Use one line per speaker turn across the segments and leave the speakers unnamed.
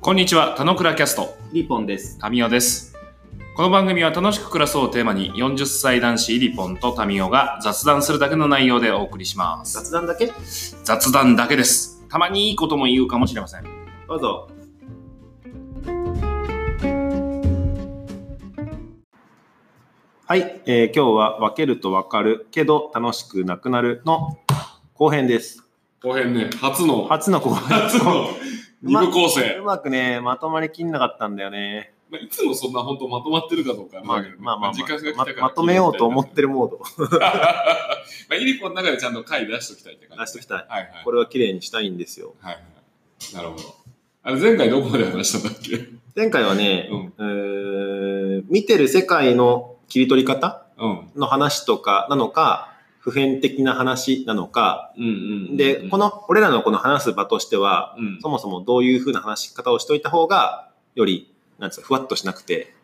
こんにちは、田野倉キャスト、
リポンです。
タミオです。この番組は楽しく暮らそうをテーマに、40歳男子リポンとタミオが雑談するだけの内容でお送りします。
雑談だけど
雑談だけです。たまにいいことも言うかもしれません。
うぞ。はい、えー今日は分けると分かるけど楽しくなくなるの後編です。
後編ね、初の、
初の後編。
初の二部構成
う。まくね、まとまりきんなかったんだよね。
まあ、いつもそんな本当まとまってるかどうかは
まあ
だけど
まあまあまあ
時間が来た
ま
から
まとめようと思ってるモードを
まあ、イリコの中でちゃんと回出しときたいって感
出し
じ。
ときたい。
はいはい。
これは綺麗にしたいんですよ。
はいはい。なるほど。あれ、前回どこまで話したんだっけ
前回はね、
うん。
えー見てる世界の切り取り方
うん。
の話とかなのか、普遍的な話なのか、
うんうんうん。
で、こ、の、俺らのこの話す場としては、
うん。
そもそもどういう風な話し方をしといた方が、より、なんつうのふわっとしなくて、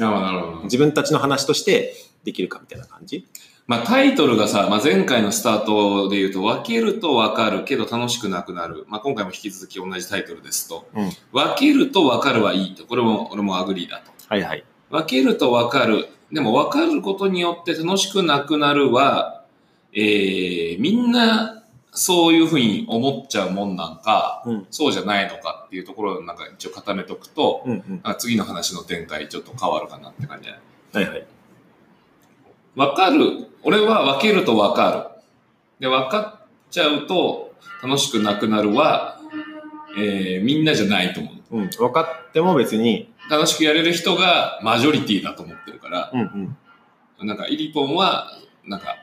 ああ、なるほど。
自分たちの話としてできるかみたいな感じ
まあ、タイトルがさ、まあ、前回のスタートで言うと、分けると分かるけど楽しくなくなる。まあ、今回も引き続き同じタイトルですと。
うん
分けると分かるはいいと。これも、俺もアグリーだと。
はいはい。
分けると分かる。でも分かることによって楽しくなくなるは、えー、みんなそういうふうに思っちゃうもんなんか、
うん。
そうじゃないのかっていうところをなんか一応固めとくと、
うんうん。
あ次の話の展開ちょっと変わるかなって感じだね
はいはい。
分かる。俺は分けると分かる。で、分かっちゃうと楽しくなくなるは、えー、みんなじゃないと思う。
うん。分かっても別に、
楽しくやれる人がマジョリティだと思ってるから、
うんうん。
なんか、イリポンは、なんか、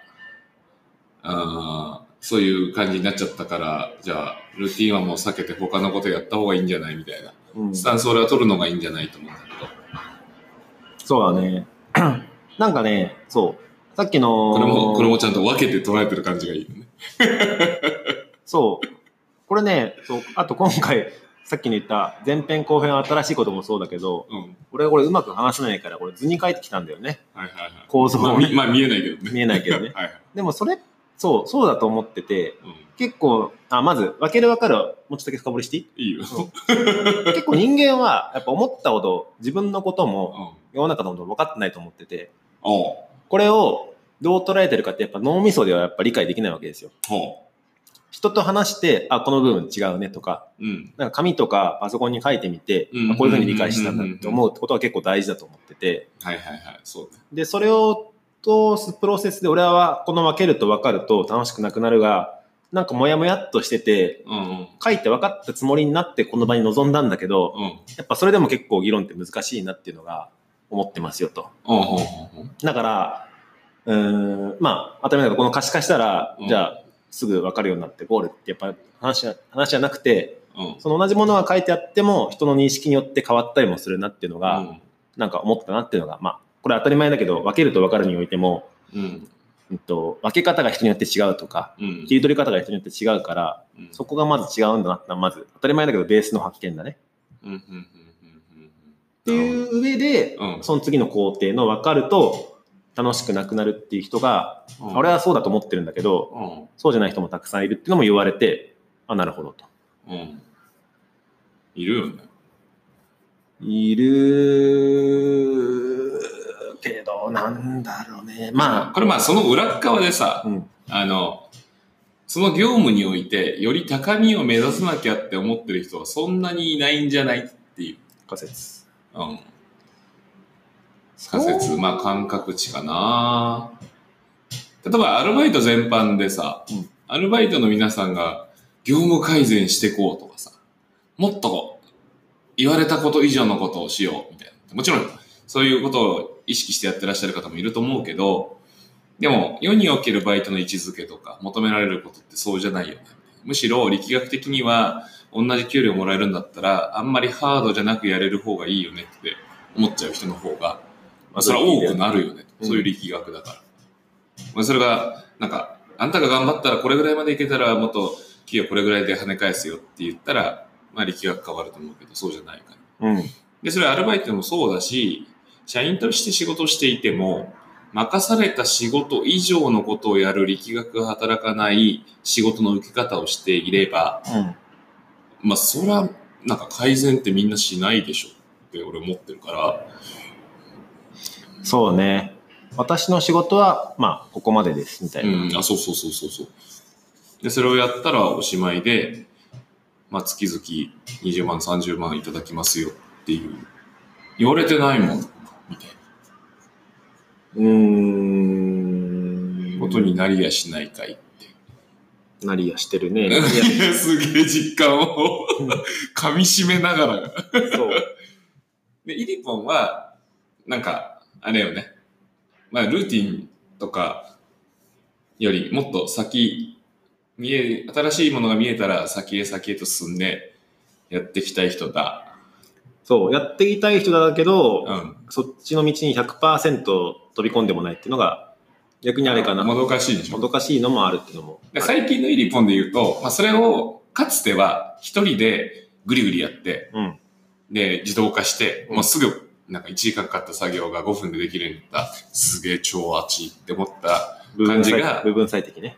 あーそういう感じになっちゃったから、じゃあ、ルーティンはもう避けて他のことやった方がいいんじゃないみたいな。
うん、
スタンス俺は取るのがいいんじゃないと思うんだけど。
そう だね。なんかね、そう。さっきの、
これも、これもちゃんと分けて捉えてる感じがいいよね。
そう。これね、そう。あと今回、さっきの言った前編後編新しいこともそうだけど、
うん。
俺、これうまく話せないから、これ図に書いてきたんだよね。
はいはいはい。
構造
まあ
を
み
ね、
まあ、見えないけどね。。
見えないけどね
はいはい。
でもそれ、そう、そうだと思ってて、
うん。
結構、あ、まず、分ける分かる、もうちょっとだけ深掘りしていい
いいよ。
そう結構人間は、やっぱ思ったほど、自分のこと
う
も、
ん。
世の中のことも分かってないと思ってて、
おう。
これをどう捉えてるかって、やっぱ脳みそではやっぱ理解できないわけですよ。
ほ
人と話して、あ、この部分違うねとか、
う。うん。
なんか紙とかパソコンに書いてみて、
うん
あこういうふうに理解したんだって思うことは結構大事だと思ってて、
はいはいはい。そうね。
で、それを通すプロセスで、俺はこの分けると分かると楽しくなくなるが、なんかモヤモヤっとしてて、
うんうん。
書いて分かったつもりになってこの場に臨んだんだけど、
うん。
やっぱそれでも結構議論って難しいなっていうのが思ってますよと。
おうほうほうほう。
だから、うーん、まあ、当たり前だけど、この可視化したら
う、ん
じゃあ、すぐ分かるようになってゴールってやっぱ話は話じゃなくて、
うん。
その同じものが書いてあっても、人の認識によって変わったりもするなっていうのが、なんか思ったなっていうのが、まあ、これ当たり前だけど、分けると分かるにおいても、
うん。うん。
うんと、分け方が人によって違うとか、
うん。
切り取り方が人によって違うから、
うん
そこがまず違うんだなって、まず、当たり前だけどベースの発見だね。
うんうんうんうんうん
っ。て
う
い
ん。
う上で、
うん
その次の工程の分かると、楽しくなくなるっていう人が、
うん
俺はそうだと思ってるんだけど、
う
そうじゃない人もたくさんいるっていうのも言われて、あ、なるほどと。
ん。うん。いるよね。
いるけど、なんだろうね。ま
これまあその裏っ側で
あ、
さ、
うん、
あの、その業務において、より高みを目指さなきゃって思ってる人はそんなにいないんじゃないっていう。
仮説。
うん。仮説、まあ感覚値かな。例えばアルバイト全般でさ、
うん
アルバイトの皆さんが業務改善してこうとかさ、もっとこう言われたこと以上のことをしようみたいな。もちろんそういうことを意識してやってらっしゃる方もいると思うけど、でも世におけるバイトの位置づけとか求められることってそうじゃないよね。むしろ力学的には同じ給料もらえるんだったらあんまりハードじゃなくやれる方がいいよねって思っちゃう人の方がまあ、それは多くなるよね。
うん
そういう力学だから。まあ、それが、なんか、あんたが頑張ったらこれぐらいまでいけたら、もっと企業これぐらいで跳ね返すよって言ったら、まあ力学変わると思うけど、そうじゃないから。
うん。
で、それはアルバイトもそうだし、社員として仕事をしていても、任された仕事以上のことをやる力学が働かない仕事の受け方をしていれば、
うん。
まあ、そら、なんか改善ってみんなしないでしょって俺思ってるから、
そうね。私の仕事は、まあ、ここまでです、みたいな。
うん、あ、そうそうそうそうそう。で、それをやったらおしまいで、まあ、月々20万、30万いただきますよっていう。言われてないもん、みたい
うん、
な
ーん
ことになりやしないかい っ
なりやして るね。い
て。
や
いや、すげえ実感を
うん
噛み締めながら。
そう。
で、イリポンは、なんか、あれよね。まあ、ルーティンとかよりもっと先、見え、新しいものが見えたら先へ先へと進んでやっていきたい人だ。
そう。やっていたい人だけど、
うん。
そっちの道に100%飛び込んでもないっていうのが、逆にあれかな。
も
も
どかしいでしょ。
どかしいのもあるっていうのも。
で最近のイリポンで言うと、まあ、それを、かつては一人でぐりぐりやって、
うん。
で、自動化して、
うん
もうすぐ、なんか1時間かかった作業が5分でできるようになった、すげえ超アチって思った
部
感
分
じ
最
が
部分最適ね。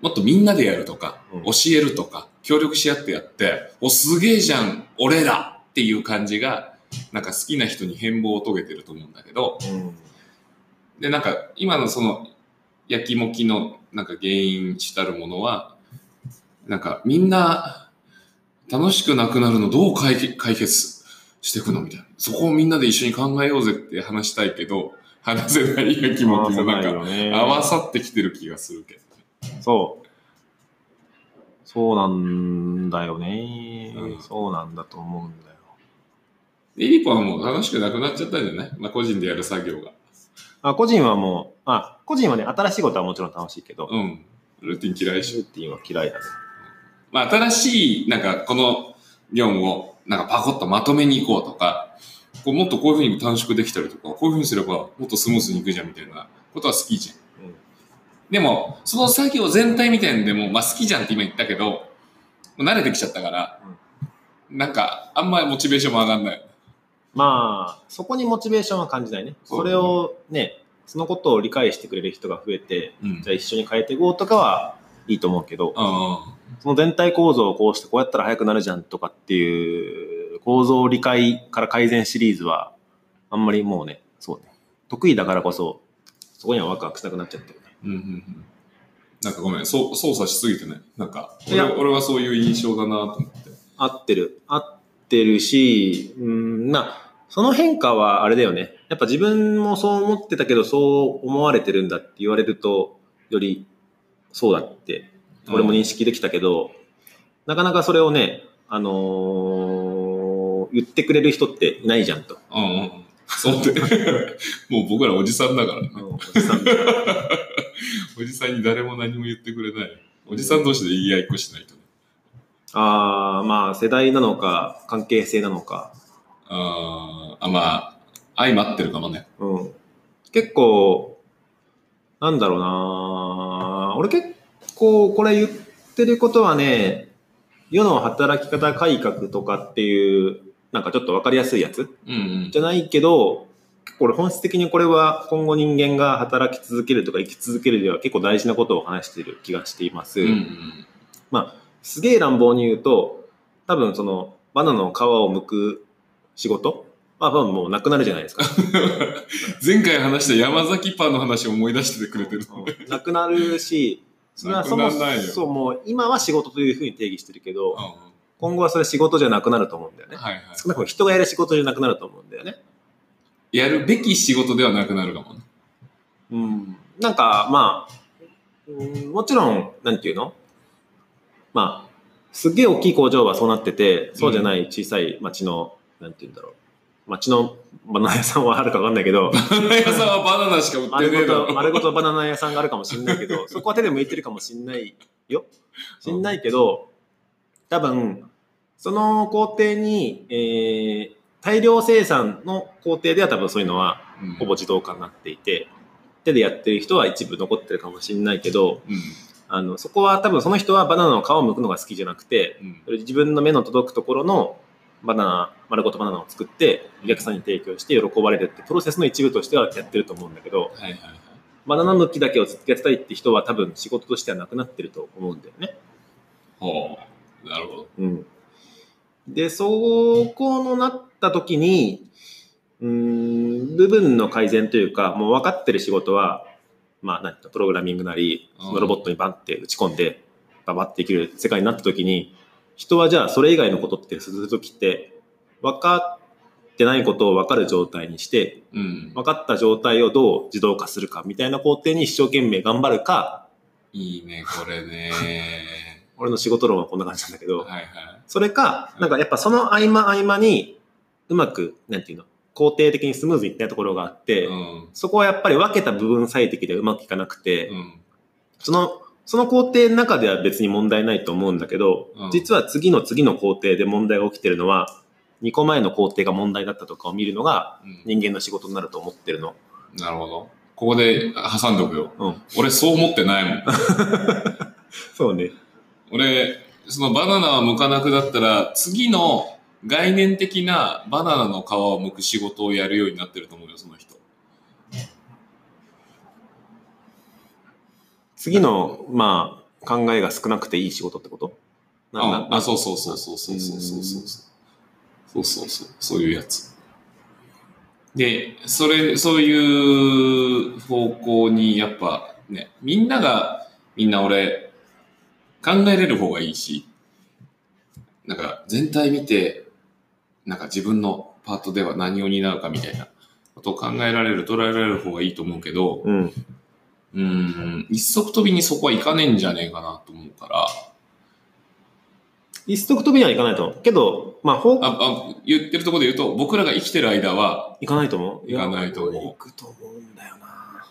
もっとみんなでやるとか、
うん
教えるとか、協力し合ってやって、お、すげえじゃん、俺だっていう感じが、なんか好きな人に変貌を遂げてると思うんだけど、
うん。
で、なんか今のその、やきもきのなんか原因したるものは、なんかみんな楽しくなくなるのどう解決解決していくのみたいな。そこをみんなで一緒に考えようぜって話したいけど、話せないやきもきのなんか、合わさってきてる気がするけど。
そう。そうなんだよね、
うん
そうなんだと思うんだよ。
で、イリポはもう楽しくなくなっちゃったんじゃないまあ、個人でやる作業が。
あ個人はもう、あ、個人はね、新しいことはもちろん楽しいけど、
うん。ルーティン嫌い
ル
でしょ。
ーティンは嫌いだね。
まあ、新しい、なんか、この業務を、なんかパコッとまとめに行こうとか、こうもっとこういうふうに短縮できたりとか、こういうふうにすればもっとスムースにいくじゃんみたいなことは好きじゃん。
うん
でも、その作業全体みたいなんでも、まあ好きじゃんって今言ったけど、もう慣れてきちゃったから、なんか、あんまりモチベーションも上がんない。
まあ、そこにモチベーションは感じないね。
そう
それをね、そのことを理解してくれる人が増えて、
うん
じゃあ一緒に変えていこうとかはいいと思うけど、
あ
その全体構造をこうしてこうやったら速くなるじゃんとかっていう構造理解から改善シリーズはあんまりもうね、そうね、得意だからこそそこにはワクワクしなくなっちゃってるね。
うんうんうん。なんかごめん、そう操作しすぎてない。なんか
い
俺、
や
俺はそういう印象だなと思って。
合ってる。合ってるし、うん、な、その変化はあれだよね。やっぱ自分もそう思ってたけどそう思われてるんだって言われると、よりそうだって俺も
うん
認識できたけど、なかなかそれをね、あのー言ってくれる人っていないじゃんと。
うんうん。そうって。もう僕らおじさんだから。
おじさん
おじさんに誰も何も言ってくれない。おじさん同士で言い合いっこしないとね。
ああ、まあ世代なのか、関係性なのか。
あーあ、まあ、相まってるかもね。
うん。結構、なんだろうな俺結構これ言ってることはね、世の働き方改革とかっていう、なんかちょっとわかりやすいやつ
うんうん。
じゃないけど、結構俺本質的にこれは今後人間が働き続けるとか生き続けるでは結構大事なことを話している気がしています。
うんうん。
すげえ乱暴に言うと、多分そのバナナの皮を剥く仕事は多分もうなくなるじゃないですか。
前回話した山崎パンの話を思い出しててくれてる。
うんなくなるし、それはそも
なくならないよ
そうもう今は仕事というふうに定義してるけ
うん
ど、
は
今後はそれ仕事じゃなくなると思うんだよ
い
ね。
はい。
少なくとも人がやる仕事じゃなくなると思うんだよね。
やるべき仕事ではなくなるかもね。
うん、なんか、まあ、うんもちろん、なんていうのまあ、すっげえ大きい工場はそうなってて、そうじゃない小さい町の、なんていうんだろう。町のバナナ屋さんはあるかわかんないけど、
バナナ屋さんはバナナしか売って
丸
ねえ
ご
だ
と、
ろ。
丸ごとバナナ屋さんがあるかもしんないけ ど、そこは手で剥いてるかもしんないよ。しんないけど、多分、その工程に、えー大量生産の工程では多分そういうのは
うん
ほぼ自動化になっていて、手でやってる人は一部残ってるかもしれないけど、
うん。
あの、そこは多分その人はバナナの皮を剥くのが好きじゃなくて、
うん
それ自分の目の届くところのバナナ、丸ごとバナナを作って、お客さんに提供して喜ばれるってプロセスの一部としてはやってると思うんだけど、
はいはいはい。
バナナ抜きだけを続けたいって人は多分仕事としてはなくなってると思うんだよね。
ほう。なるほど。
うん。で、そこのなった時に、うーん、部分の改善というか、もう分かってる仕事は、まあ何かプログラミングなり、
うん
そのロボットにバンって打ち込んで、ババってできる世界になった時に、人はじゃあそれ以外のことってする時って、分かってないことを分かる状態にして、
うん。
分かった状態をどう自動化するかみたいな工程に一生懸命頑張るか、
いいね、これね。
俺の仕事論はこんな感じなんだけど、
はいはい。
それか、なんかやっぱその合間合間に、うまく、なんていうの、肯定的にスムーズにいったところがあって、
うん。
そこはやっぱり分けた部分最適でうまくいかなくて、
うん。
その、その工程の中では別に問題ないと思うんだけど、
うん
実は次の次の工程で問題が起きてるのは、2個前の工程が問題だったとかを見るのが
うん
人間の仕事になると思ってるの。
なるほど。ここで挟んでおくよ。
うん。
俺そう思ってないもん。
そうね。
俺、そのバナナは剥かなくなったら、次の概念的なバナナの皮を剥く仕事をやるようになってると思うよ、その人。
次の、まあ、考えが少なくていい仕事ってことなんだ
うんあ、そうそうそうそうそうそうそうそうそう。そうそうそう。そういうやつ。で、それ、そういう方向にやっぱね、みんなが、みんな俺、考えれる方がいいし、なんか全体見て、なんか自分のパートでは何を担うかみたいなことを考えられる、捉えられる方がいいと思うけど、
うん。
うーん、一足飛びにそこはいかねえんじゃねえかなと思うから、
一足飛びにはいかないと思う。けど、まあ、方向
ああ言ってるところで言うと、僕らが生きてる間は、
いかないと思う
いかないと思う
や俺行くと思うんだよな。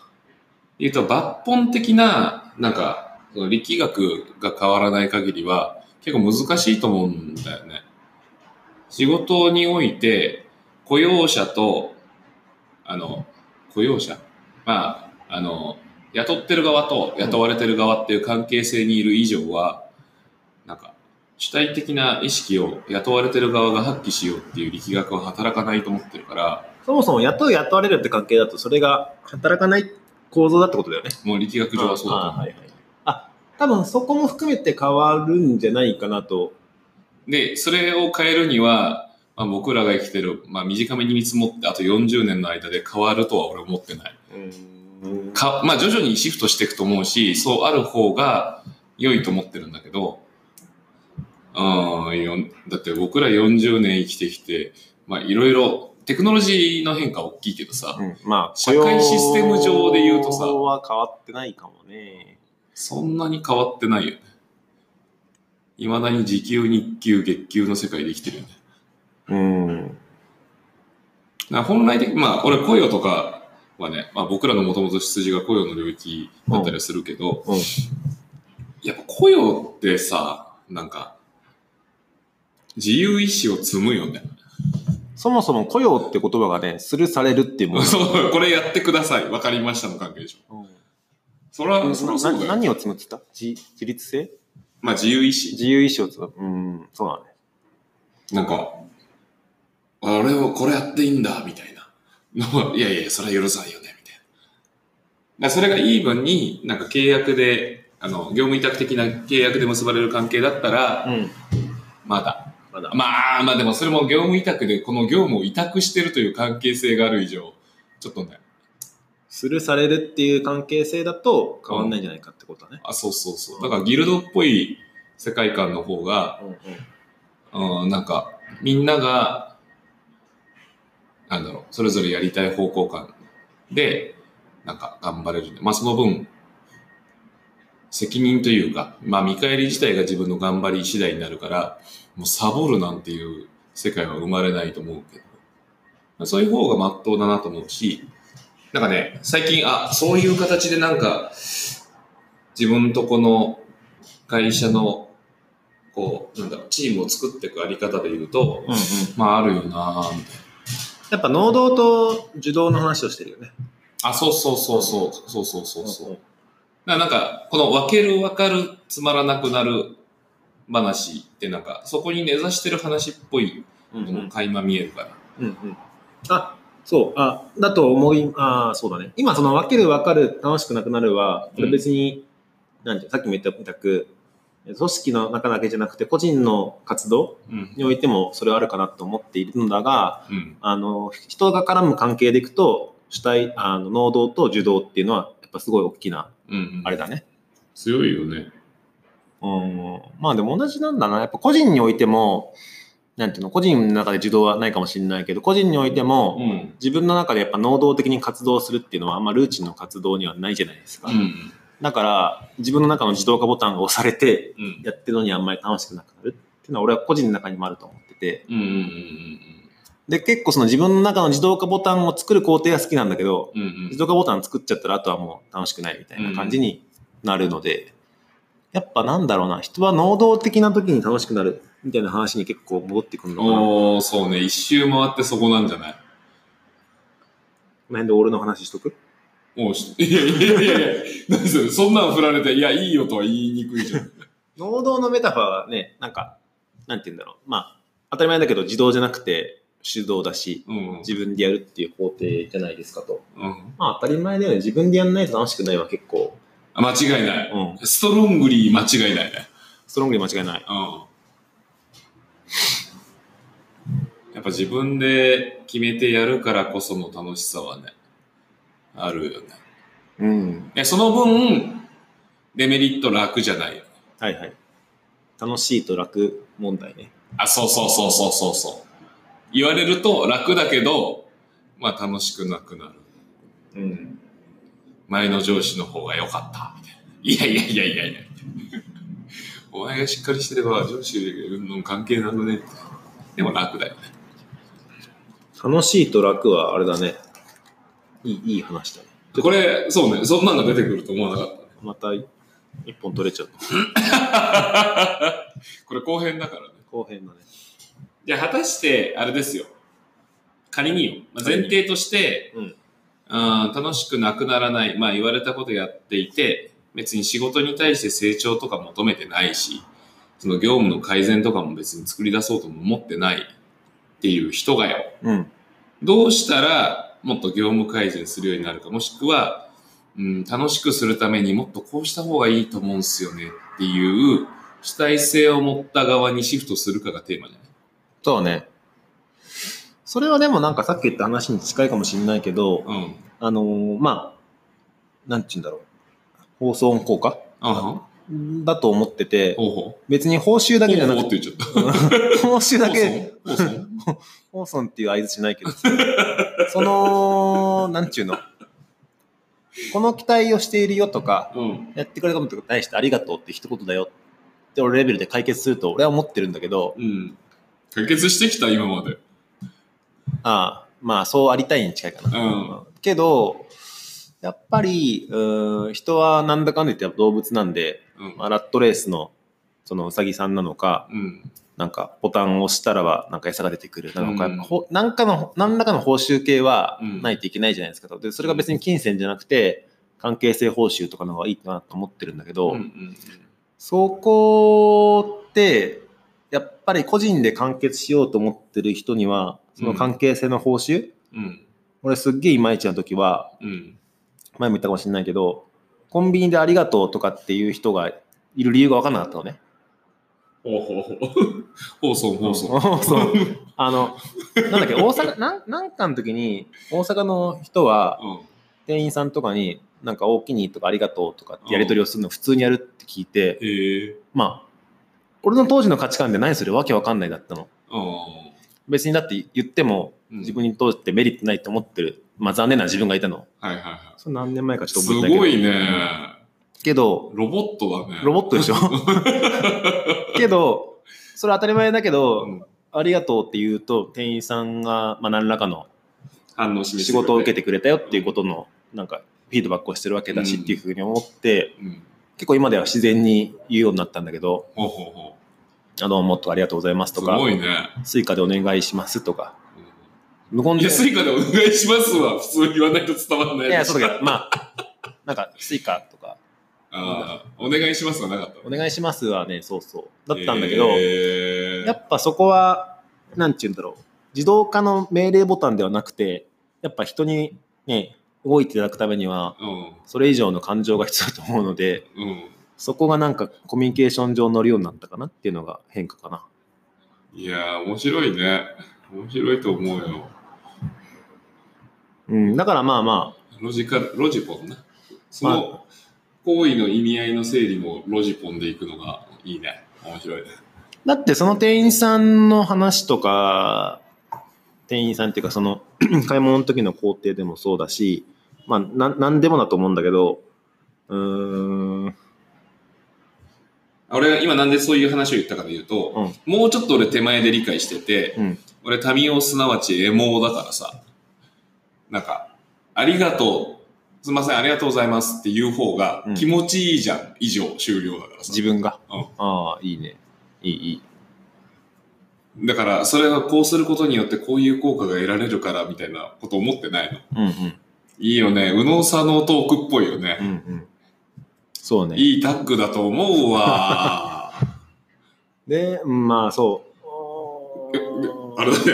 言うと抜本的な、なんか、その力学が変わらない限りは、結構難しいと思うんだよね。仕事において、雇用者と、あの、雇用者、まあ、あの、雇ってる側と雇われてる側っていう関係性にいる以上は、なんか、主体的な意識を雇われてる側が発揮しようっていう力学は働かないと思ってるから、
そもそも雇う雇われるって関係だと、それが働かない構造だってことだよね。
もう力学上はそうだと
あ
思う。
はいはいはい。あ、多分そこも含めて変わるんじゃないかなと。
で、それを変えるには、まあ、僕らが生きてる、まあ、短めに見積もって、あと40年の間で変わるとは俺思ってない。
うん
かまあ、徐々にシフトしていくと思うし、そうある方が良いと思ってるんだけど、うん、よんだって僕ら40年生きてきて、まあ、いろいろ、テクノロジーの変化は大きいけどさ、
まあ、
社会システム上で言うとさ
雇用は変わってないかもね。
そんなに変わってないよね。未だに時給、日給、月給の世界で生きてるよね。
うん。
な本来的に、まあ、俺、雇用とかはね、まあ、僕らのもともと出自が雇用の領域だったりはするけど、
うんうん
やっぱ雇用ってさ、なんか、自由意志を積むよね。
そもそも雇用って言葉がね、するされるっていうも の。
そう、これやってください。わかりましたの関係でしょ。
うん
それは、それはそう
な
だよ。
何を積むって言った自自立性
まあ、自由意志。
自由意志を積む。うん、そうだね。
なんか、あれをこれやっていいんだ、みたいな。 のいやいや、それは許さないよね、みたいな。だからそれがいい分に、なんか契約で、あの、業務委託的な契約で結ばれる関係だったら、
うん。
まだ。
まだ。
まあ、まあでもそれも業務委託で、この業務を委託してるという関係性がある以上、ちょっとね、
するされるっていう関係性だと変わんないんじゃないかってことだね。
あ、そうそうそう。だからギルドっぽい世界観の方が、うん、なんか、みんなが、なんだろう、それぞれやりたい方向感で、なんか頑張れる。まあその分、責任というか、まあ見返り自体が自分の頑張り次第になるから、もうサボるなんていう世界は生まれないと思うけど、そういう方が真っ当だなと思うし、なんかね、最近、あ、そういう形でなんか、自分とこの会社の、こう、なんだろう、チームを作っていくあり方で言うと、
うんうん。
まああるよなぁみたい
やっぱ能動と受動の話をしてるよね。
な。あ、そうそうそうそう、そうそうそうそう。
うん
ななんか、この分ける分かる、つまらなくなる話ってなんか、そこに根ざしてる話っぽい
うん
のも垣間見えるから。
うんうん。あ、そう、あ、だと思い、あーそうだね。今、その分ける分かる、楽しくなくなるは、これ別に、なんていうのさっきも言ったみたく、組織の中だけじゃなくて、個人の活動
うん。
においてもそれはあるかなと思っているのだが、
うん。
あの、人が絡む関係でいくと、主体、あの、能動と受動っていうのは、やっぱすごい大きな、
うん。
あれだね。
強いよね。
うん。まあでも同じなんだな。やっぱ個人においても、なんていうの、個人の中で受動はないかもしれないけど、個人においても、
うん。
自分の中でやっぱ能動的に活動するっていうのはあんまルーチンの活動にはないじゃないですか。
うん。
だから自分の中の自動化ボタンが押されて
うん。
やってるのにあんまり楽しくなくなるっていうのは俺は個人の中にもあると思ってて。
うん。うん。
で、結構その自分の中の自動化ボタンを作る工程が好きなんだけど、
うん。うん。
自動化ボタン作っちゃったらあとはもう楽しくないみたいな感じになるので、やっぱなんだろうな、人は能動的な時に楽しくなるみたいな話に結構戻ってくるのかな。こ
おー、そうね。一周回ってそこなんじゃない
の辺で俺の話しとく
もうし、いやいやいやいや、何それ、そんなん振られて、いや、いいよとは言いにくいじゃん。
能動のメタファーはね、なんか、なんて言うんだろう。まあ、当たり前だけど自動じゃなくて手動だし、
うん。
自分でやるっていう工程じゃないですかと。
うん。
まあ当たり前だよね。自分でやんないと楽しくないは結構、
間違いない。
うん。
ストロングリー間違いないね。
ストロングに間違いない。
うん。やっぱ自分で決めてやるからこその楽しさはね、あるよね。
うん。
でその分、デメリット楽じゃないよ。
はいはい。楽しいと楽問題ね。
あ、そうそうそうそうそうそう。言われると楽だけど、まあ楽しくなくなる。
うん。
前の上司の方が良かった、みたいな。いやいやいやいやいや。お前がしっかりしてれば上司の関係なくねって。でも楽だよね。
楽しいと楽はあれだね。いい、いい話だね。
これ、そうね、そんなのが出てくると思わなかった。
また、一本取れちゃう。
これ後編だからね。
後編だね。
じゃあ果たして、あれですよ。仮によ。まあ、前提として、
うん。
あー楽しくなくならない。まあ言われたことやっていて、別に仕事に対して成長とか求めてないし、その業務の改善とかも別に作り出そうとも思ってないっていう人がよ。
うん。
どうしたらもっと業務改善するようになるか、もしくは、うん、楽しくするためにもっとこうした方がいいと思うんすよねっていう主体性を持った側にシフトするかがテーマじゃない
そうね。それはでもなんかさっき言った話に近いかもしれないけど、
うん。
あのーまあ、なんちゅうんだろう。放送音効果
あはん。
だと思ってて、
ほうほ
別に報酬
う。
だけじゃな
ほう
く
ほ
て、
うって言っちゃっ
報酬
た。
だけ、
ほうそう。ほうそう
放送っていう合図しないけど、その、なんちゅうの。この期待をしているよとか、
うん。
やってくれたことに対してありがとうって一言だよって俺レベルで解決すると俺は思ってるんだけど、
うん。解決してきた、今まで。
ああ、まあそうありたいに近いかな。
うん。
けど、やっぱり、うーん、人はなんだかんだ言って動物なんで、
うん
ま。あ、ラットレースの、そのうさぎさんなのか、
うん。
なんかボタンを押したらば、なんか餌が出てくるなのか、
うん
やっぱほなんかの、何らかの報酬系は
うん
ないといけないじゃないですかと。で、それが別に金銭じゃなくて、関係性報酬とかの方がいいかなと思ってるんだけど、
うんうん
そこって、やっぱり個人で完結しようと思ってる人には、その関係性の報酬、
うん。
俺すっげえいまいちな時は、
うん。
前も言ったかもしれないけど、コンビニでありがとうとかっていう人がいる理由が分かんなかったのね。
ほうほうほう。ほうそう、ほうそう。
そうあの、なんだっけ、大阪、なんなんかの時に、大阪の人は、
う
店員さんとかに、なんか、大きにとかありがとうとかってやり取りをするの普通にやるって聞いて、
ん。へえ。
まあ、俺の当時の価値観で何それわけわかんないだったの。
あ
別にだって言って
う
も、
ん
自分にとってメリットないと思ってる、まあ残念な自分がいたの。
あ。はいはいはい。
それ何年前かちょっと
す
覚えてないけど。
ごいね。
けど、
ロボットだね。
ロボットでしょけど、それ当たり前だけど、
うん
ありがとうって言うと、店員さんが、まあ、何らかの
反応し
仕事を受け
て
てくれたよっていうことの、なんか、フィードバックをしてるわけだし
うん
っていうふうに思って、
くれて。うん。
結構今では自然に言うようになったんだけど、
ほうほうほ
あどうもとかありがとうございます
う。
と
す
か、
ごいね。
スイカでお願いしますとか、無言
うんい
で。
や、スイカでお願いしますは普通に言わないと伝わらない。
いやそうだけど、まあ、なんか、スイカとか、
ああ、お願いしますはなかった。
お願いしますはね、そうそう、だったんだけど、
へえ
やっぱそこは、なんて言うんだろう。自動化の命令ボタンではなくて、やっぱ人にね、動いていただくためには、
うん。
それ以上の感情が必要だと思うので、
うん。
そこがなんかコミュニケーション上乗るようになったかなっていうのが変化かな。
いやー、面白いね。面白いと思うよ。
うん、だからまあま
ロジカル、ロジポンね。その行為の意味合いの整理もロジポンでいくのがいいね。面白いね。
あ、だってその店員さんの話とか、店員さんっていうかその 買い物の時の工程でもそうだし、まあななんでもだと思うんだけど、うーん、
俺が今なんでそういう話を言ったかというと、
うん
もうちょっと俺手前で理解してて、
うん、
俺タミオすなわちエモだからさ、なんか、ありがとう、すいません、ありがとうございますっていう方が
うん
気持ちいいじゃん、以上、終了だからさ
自。分が。
うん
ああ、いいね。いい、いい。
だから、それはこうすることによってこういう効果が得られるからみたいなこと思ってないの。
うんうん。
いいよね。右脳左脳トークっぽいよね
う。んうん。そうね。
いいタッグだと思う わ。
で、うんまあそう。
あれだね。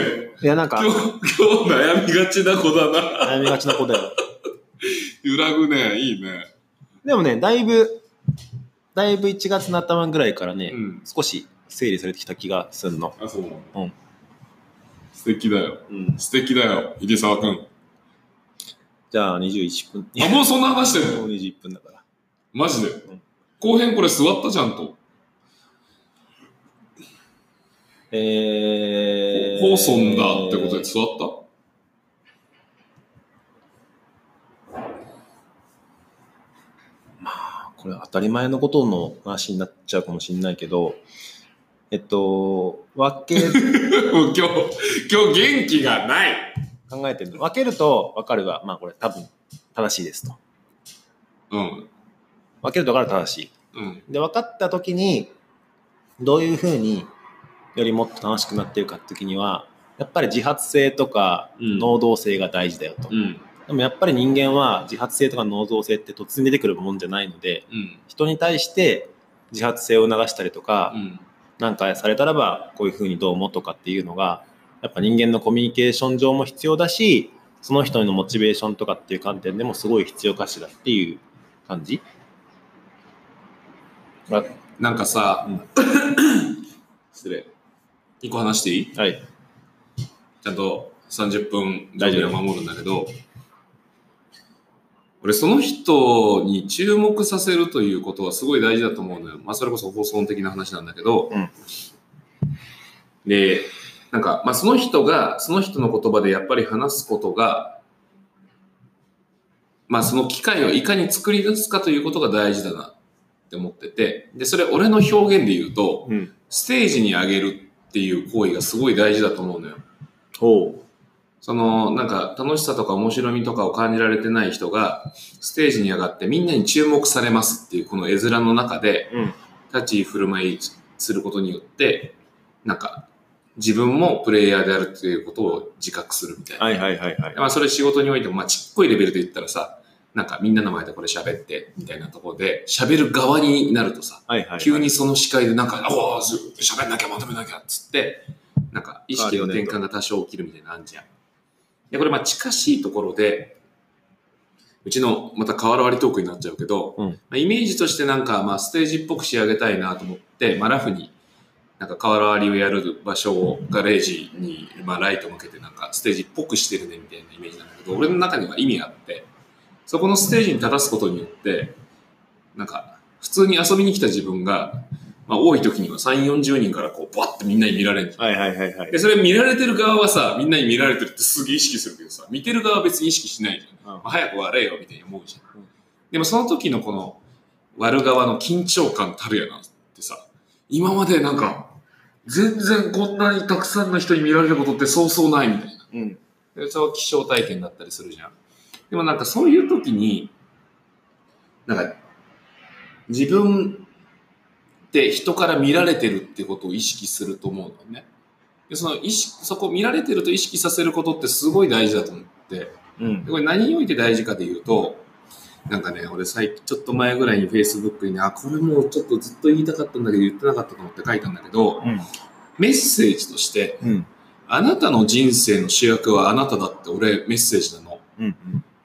いや、なん
今
か
日、、今日悩みがちな子だな。
悩みがちな子だよ。
揺らぐね。いいね。
でもね、だいぶ、だいぶ1月の頭ぐらいからね、
うん。
少し整理されてきた気がすんの。
あ、そうなの。
うん。
素敵だよ。
うん。
素敵だよ。入沢くん。
じゃあ21分。
あ、もうそんな話してん の
もう21分だから。
マジで
ん。
後編これ座ったじゃんと。
えー。
コーソンだってことで座っ
これ当たり前のことの話になっちゃうかもしれないけど、えっと、分け、
た もう今日、今日元気がない。
考えてるの。分けると分かるが、まあこれ多分正しいですと。
うん。
分けると分かる正しい。
うん。
で、分かった時に、どういうふうによりもっと楽しくなっているかって時には、やっぱり自発性とか
うん
能動性が大事だよと。
うん。
でもやっぱり人間は自発性とか能動性って突然出てくるもんじゃないので、
うん。
人に対して自発性を促したりとか
う、ん。
なんかされたらばこういうふうにどうもとかっていうのが、やっぱ人間のコミュニケーション上も必要だし、その人のモチベーションとかっていう観点でもすごい必要かしらっていう感じ。あ
なんかさ、
うん
失礼。一個話していい
はい。
ちゃんと30分
大
大
丈
丈
夫
夫は守るんだけど、俺その人に注目させるということはすごい大事だと思うのよ。まあそれこそ放送的な話なんだけど、
うん
で、なんか、まあその人が、その人の言葉でやっぱり話すことが、まあその機会をいかに作り出すかということが大事だなって思ってて、で、それ俺の表現で言うと、
うん。
ステージに上げるっていう行為がすごい大事だと思うのよ。
ほう。
その、なんか、楽しさとか面白みとかを感じられてない人が、ステージに上がってみんなに注目されますっていう、この絵面の中で、
うん。
立ち居振る舞いすることによって、なんか、自分もプレイヤーであるっていうことを自覚するみたいな。
はいはいはいはい。
まあ、それ仕事においても、まあ、ちっこいレベルで言ったらさ、なんか、みんなの前でこれ喋って、みたいなところで、喋る側になるとさ、
はいはい。
急にその視界でなんか、おお、す喋んなきゃ、まとめなきゃ、っつって、なんか意識の転換が多少起きるみたいなのあんじゃん。で、これまあ近しいところで、うちのまた瓦割りトークになっちゃうけど、
うん
まあイメージとしてなんかまあステージっぽく仕上げたいなと思って、まあラフに、なんか瓦割りをやる場所をガレージにまあライト向けてなんかステージっぽくしてるねみたいなイメージなんだけど、俺の中には意味があって、そこのステージに立たすことによって、なんか普通に遊びに来た自分が、まあ多い時には3、40人からこうバッてみんなに見られる
はいはいはいはい
で、。それ見られてる側はさ、みんなに見られてるってすげえ意識するけどさ、見てる側は別に意識しないじゃん。まあ早く割れよ、みたいに思うじゃん。
うん
でもその時のこの、割る側の緊張感たるやなってさ、今までなんか、全然こんなにたくさんの人に見られることってそうそうないみたいな。
うん。
でそれは気象体験だったりするじゃん。でもなんかそういう時に、なんか、自分って人から見られてるってことを意識すると思うのね。で、その意識、そこ見られてると意識させることってすごい大事だと思って。
うん
で。これ何において大事かで言うと、なんかね、俺最近、ちょっと前ぐらいに Facebook にね、あ、これもうちょっとずっと言いたかったんだけど言ってなかったと思って書いたんだけど、
うん。
メッセージとして、
うん。
あなたの人生の主役はあなただって俺メッセージなの。
うん。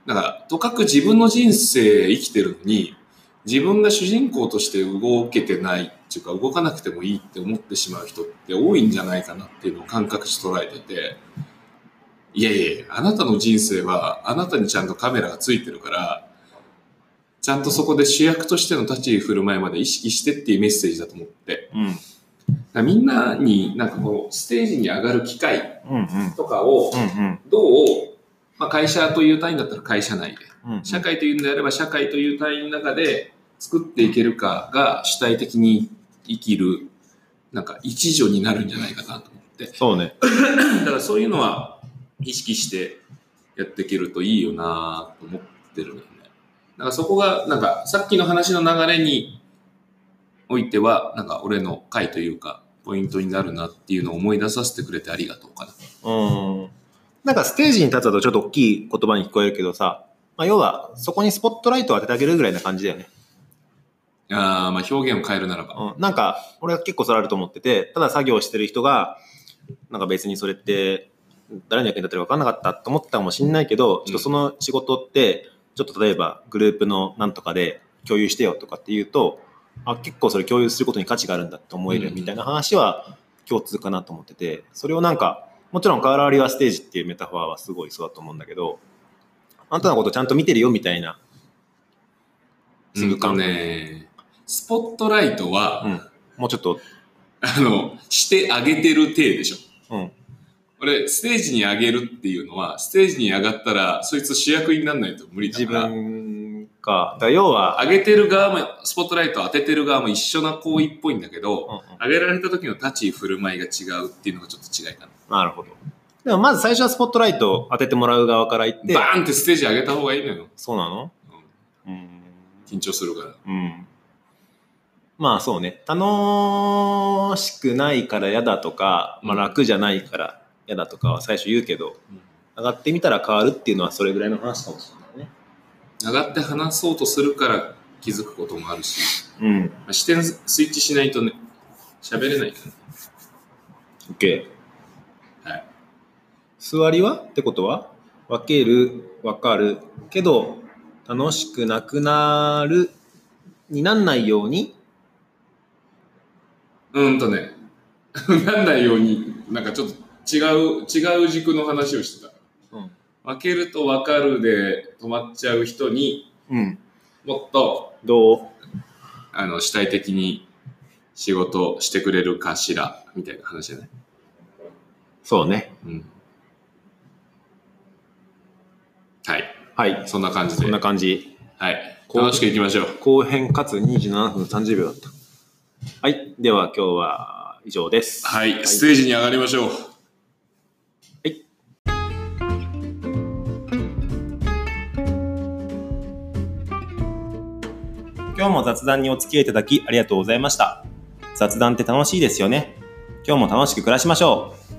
だから、とかく自分の人生生きてるのに、自分が主人公として動けてないっていうか動かなくてもいいって思ってしまう人って多いんじゃないかなっていうのを感覚して捉えてていやいやあなたの人生はあなたにちゃんとカメラがついてるからちゃんとそこで主役としての立ち居振る舞いまで意識してっていうメッセージだと思って
うん。
だからみんなになんかこうステージに上がる機会
うんうん。
とかを
うん
どう、まあ、会社という単位だったら会社内で
うん。
社会というのであれば社会という単位の中で作っていけるかが主体的に生きるなんか一助になるんじゃないかなと思って
そうね。
だからそういうのは意識してやっていけるといいよなと思ってるのよねだからそこがなんかさっきの話の流れにおいてはなんか俺の回というかポイントになるなっていうのを思い出させてくれてありがとうかな
うん。なんかステージに立つとちょっと大きい言葉に聞こえるけどさ、まあ、要はそこにスポットライトを当ててあげるぐらいな感じだよね。
あーまあ表現を変えるならば
うん、なんか、俺は結構それあると思ってて、ただ作業してる人が、なんか別にそれって、誰の役に立てるか分かんなかったと思ったかもしんないけど、ちょっとその仕事って、ちょっと例えばグループのなんとかで共有してよとかって言うと、あ、結構それ共有することに価値があるんだって思えるみたいな話は共通かなと思ってて、それをなんか、もちろん変わりはステージっていうメタファーはすごいそうだと思うんだけど、あんたのことちゃんと見てるよみたいな、
うんとねスポットライトは、
うん、もうちょっと、
あの、してあげてる体でしょ。
うん、
俺、ステージに上げるっていうのは、ステージに上がったら、そいつ主役にならないと無理だ
自
から。
分か。だから要は、
上げてる側も、スポットライトを当ててる側も一緒な行為っぽいんだけ
う
ど、
んうん
上げられた時の立ち居振る舞いが違うっていうのがちょっと違いかな。
なるほど。でもまず最初はスポットライトを当ててもらう側から言って、
バーンってステージ上げた方がいいのよ。
そうなの
う
うん。
ん緊張するから。
うん。まあそうね。楽しくないから嫌だとか、まあ
うん
楽じゃないから嫌だとかは最初言うけど、上がってみたら変わるっていうのはそれぐらいの話かもしれないね。
上がって話そうとするから気づくこともあるし、
うん。
まあ視点スイッチしないとね、喋れないからね。
OK。
はい。
座りはってことは分ける、分かる、けど楽しくなくなるになんないように
うーんとね、なんないように、なんかちょっと違う、違う軸の話をしてた。
うん。
分けると分かるで止まっちゃう人に
うん。
もっと、
どう
あの、主体的に仕事してくれるかしら、みたいな話じゃない。
そうね。
うん。はい。
はい。
そんな感じ
こ
で。
んな
は
感じ。
い。楽しくいきましょう。
後編かつ27分30秒だった。はい。では今日は以上です。
はい。ステージに上がりましょう。
今日も雑談にお付き合いいただきありがとうございました。雑談って楽しいですよね。今日も楽しく暮らしましょう。